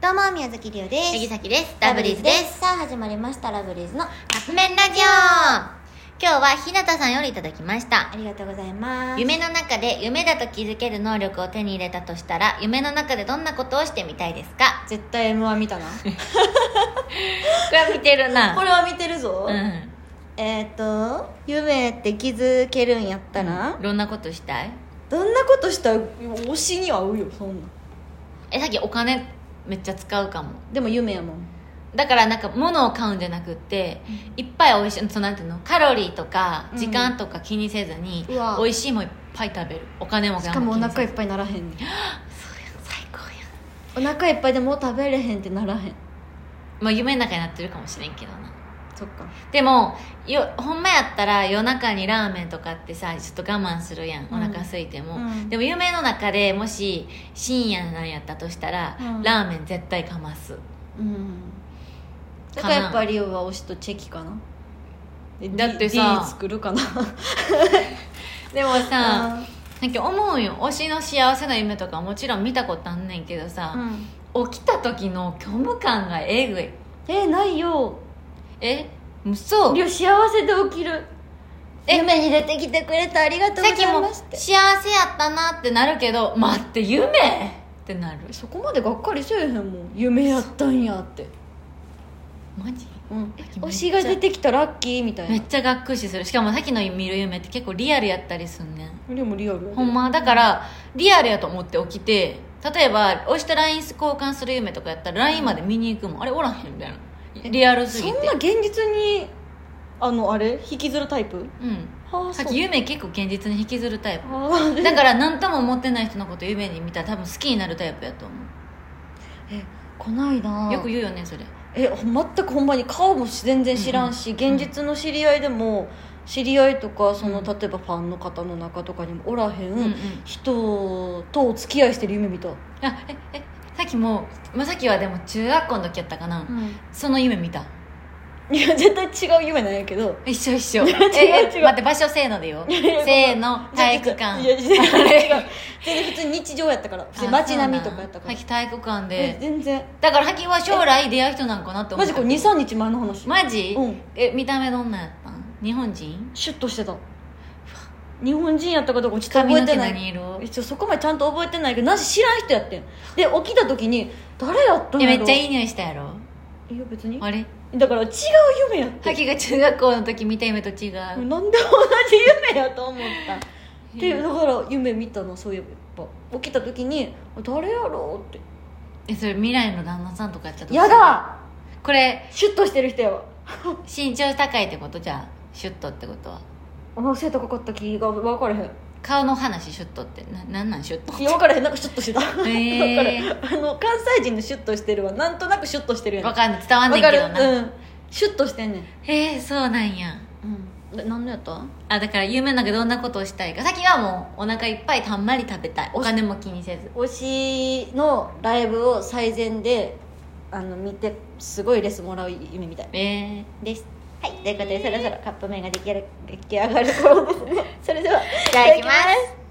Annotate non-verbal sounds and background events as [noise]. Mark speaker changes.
Speaker 1: どうも宮崎りおで
Speaker 2: ネギ
Speaker 1: す
Speaker 2: サキですダブリーズです
Speaker 1: さあ始まりましたラブリーズの
Speaker 2: カップ麺ラジオ今日は日向さんよりいただきました
Speaker 1: ありがとうございます
Speaker 2: 夢の中で夢だと気づける能力を手に入れたとしたら夢の中でどんなことをしてみたいですか
Speaker 1: 絶対 M は見たな
Speaker 2: これは見てる
Speaker 1: [laughs]
Speaker 2: な
Speaker 1: これは見てるぞ、
Speaker 2: うん
Speaker 1: えっ、と夢って気づけるんやったら、
Speaker 2: どんなことしたい
Speaker 1: どんなことしたら推しには合うよそんなん
Speaker 2: えさっきお金めっちゃ使うかも
Speaker 1: でも夢やもん
Speaker 2: だからなんか物を買うんじゃなくって、いっぱい美味しいそのなんていうのカロリーとか
Speaker 1: うん
Speaker 2: 時間とか気にせずに、
Speaker 1: うわ
Speaker 2: 美味しいもんいっぱい食べるお金も
Speaker 1: しかもお
Speaker 2: 気にせず
Speaker 1: 腹いっぱいならへんねん
Speaker 2: 最高やん
Speaker 1: お腹いっぱいでもう食べれへんってならへん
Speaker 2: まあ夢の中になってるかもしれんけどな
Speaker 1: そっか
Speaker 2: でもよほんまやったら夜中にラーメンとかってさちょっと我慢するやんお腹空いても、
Speaker 1: うん
Speaker 2: でも夢の中でもし深夜なんやったとしたら、
Speaker 1: うん
Speaker 2: ラーメン絶対かます
Speaker 1: うんだ
Speaker 2: か
Speaker 1: か
Speaker 2: な
Speaker 1: らやっぱりオは推しとチェキかなえ
Speaker 2: だってさ
Speaker 1: D, D 作るかな
Speaker 2: でも
Speaker 1: [laughs]
Speaker 2: さ、
Speaker 1: あ
Speaker 2: なんか思うよ推しの幸せな夢とかもちろん見たことあんねんけどさ、
Speaker 1: ん、
Speaker 2: 起きた時の虚無感がえぐい
Speaker 1: えないよ
Speaker 2: え嘘
Speaker 1: りょ幸せで起きる
Speaker 2: え
Speaker 1: 夢に出てきてくれてありがとう
Speaker 2: さっ
Speaker 1: ご
Speaker 2: き
Speaker 1: ざい
Speaker 2: も
Speaker 1: まし
Speaker 2: 幸
Speaker 1: て
Speaker 2: せやったなってなるけど待って夢ってなる
Speaker 1: そこまでがっかりせえへんもん夢やったんやって、
Speaker 2: マジ
Speaker 1: うん
Speaker 2: え、
Speaker 1: 推しが出てきたラッキーみたい
Speaker 2: めっ
Speaker 1: な
Speaker 2: ちゃがっくしするしかもさっきの見る夢って結構リアルやったりすんねん
Speaker 1: でもリアルやで
Speaker 2: ほんまだからリアルやと思って起きて例えば推しと LINE 交換する夢とかやったら LINE まで見に行くもんあれおらへんみたいなリアルす
Speaker 1: そ
Speaker 2: ぎ
Speaker 1: ん
Speaker 2: て
Speaker 1: な現実にあのあれ引きずるタイプ
Speaker 2: うん
Speaker 1: はあ
Speaker 2: さっき夢結構現実に引きずるタイプ
Speaker 1: あー
Speaker 2: だから何とも思ってない人のこと夢に見たら多分好きになるタイプやと思
Speaker 1: [laughs] えこないな
Speaker 2: うよく言うよねそれ
Speaker 1: え全くほんまに顔も全然知らんし、現実の知り合いでも知り合いとかその、
Speaker 2: うん
Speaker 1: 例えばファンの方の中とかにもおらへん、
Speaker 2: うんうん
Speaker 1: 人とお付き合いしてる夢見た、
Speaker 2: あええさっきもまあさっきはでも中学校の時やったかな、その夢見た
Speaker 1: いや絶対違う夢なんやけど
Speaker 2: 一緒一緒
Speaker 1: 違う
Speaker 2: ええ待って場所せーのでよせーの体育館
Speaker 1: いや
Speaker 2: [laughs]
Speaker 1: 全然違う全然普通に日常やったから普通に街並みとかやったから
Speaker 2: さっき体育館
Speaker 1: え
Speaker 2: で
Speaker 1: 全然
Speaker 2: だからはきは将来出会う人なんかなって思
Speaker 1: マ
Speaker 2: っ
Speaker 1: ジ
Speaker 2: た
Speaker 1: これ23日前の話
Speaker 2: マジ、
Speaker 1: うん
Speaker 2: え見た目どんなやったん日本人
Speaker 1: シュッとしてた日本人やったかどうかちょっと
Speaker 2: 髪
Speaker 1: 覚え
Speaker 2: の
Speaker 1: て
Speaker 2: 毛
Speaker 1: ない
Speaker 2: 何色
Speaker 1: 一応そこまでちゃんと覚えてないけどなし知らん人やってんで起きた時に誰やったん
Speaker 2: え
Speaker 1: やろ
Speaker 2: めっちゃいい匂いしたやろ
Speaker 1: いや別に
Speaker 2: あれ
Speaker 1: だから違う夢やって
Speaker 2: はきが中学校の時見た夢と違う
Speaker 1: なんで同じ夢やと思ったっていうだから夢見たのそういえば起きた時に誰やろうっ
Speaker 2: えそれ未来の旦那さんとかやった
Speaker 1: て
Speaker 2: と
Speaker 1: やだ
Speaker 2: これ
Speaker 1: シュッとしてる人やわ
Speaker 2: 身長高いってことじゃあシュッとってことは
Speaker 1: あ背高かった気が分からへん
Speaker 2: 顔の話シュッとってななんなんシュッと
Speaker 1: いや分からへんなんかシュッとしてた、
Speaker 2: へー
Speaker 1: [laughs] 分かるあの関西人のシュッとしてるはなんとなくシュッとしてるやん
Speaker 2: わかんない伝わんない
Speaker 1: わ
Speaker 2: けどな、
Speaker 1: るうんシュッとしてんねん
Speaker 2: えー、そうなんや
Speaker 1: うんで何のやった
Speaker 2: あだから夢の中でどんなことをしたいかさっきはもうお腹いっぱいたんまり食べたいお金も気にせず
Speaker 1: 推しのライブを最善であの見てすごいレスもらう夢みたい
Speaker 2: え
Speaker 1: です [laughs] はいということでそろそろカップ麺が出来上がる出来上がる頃ですねそれでは
Speaker 2: ー、いただきます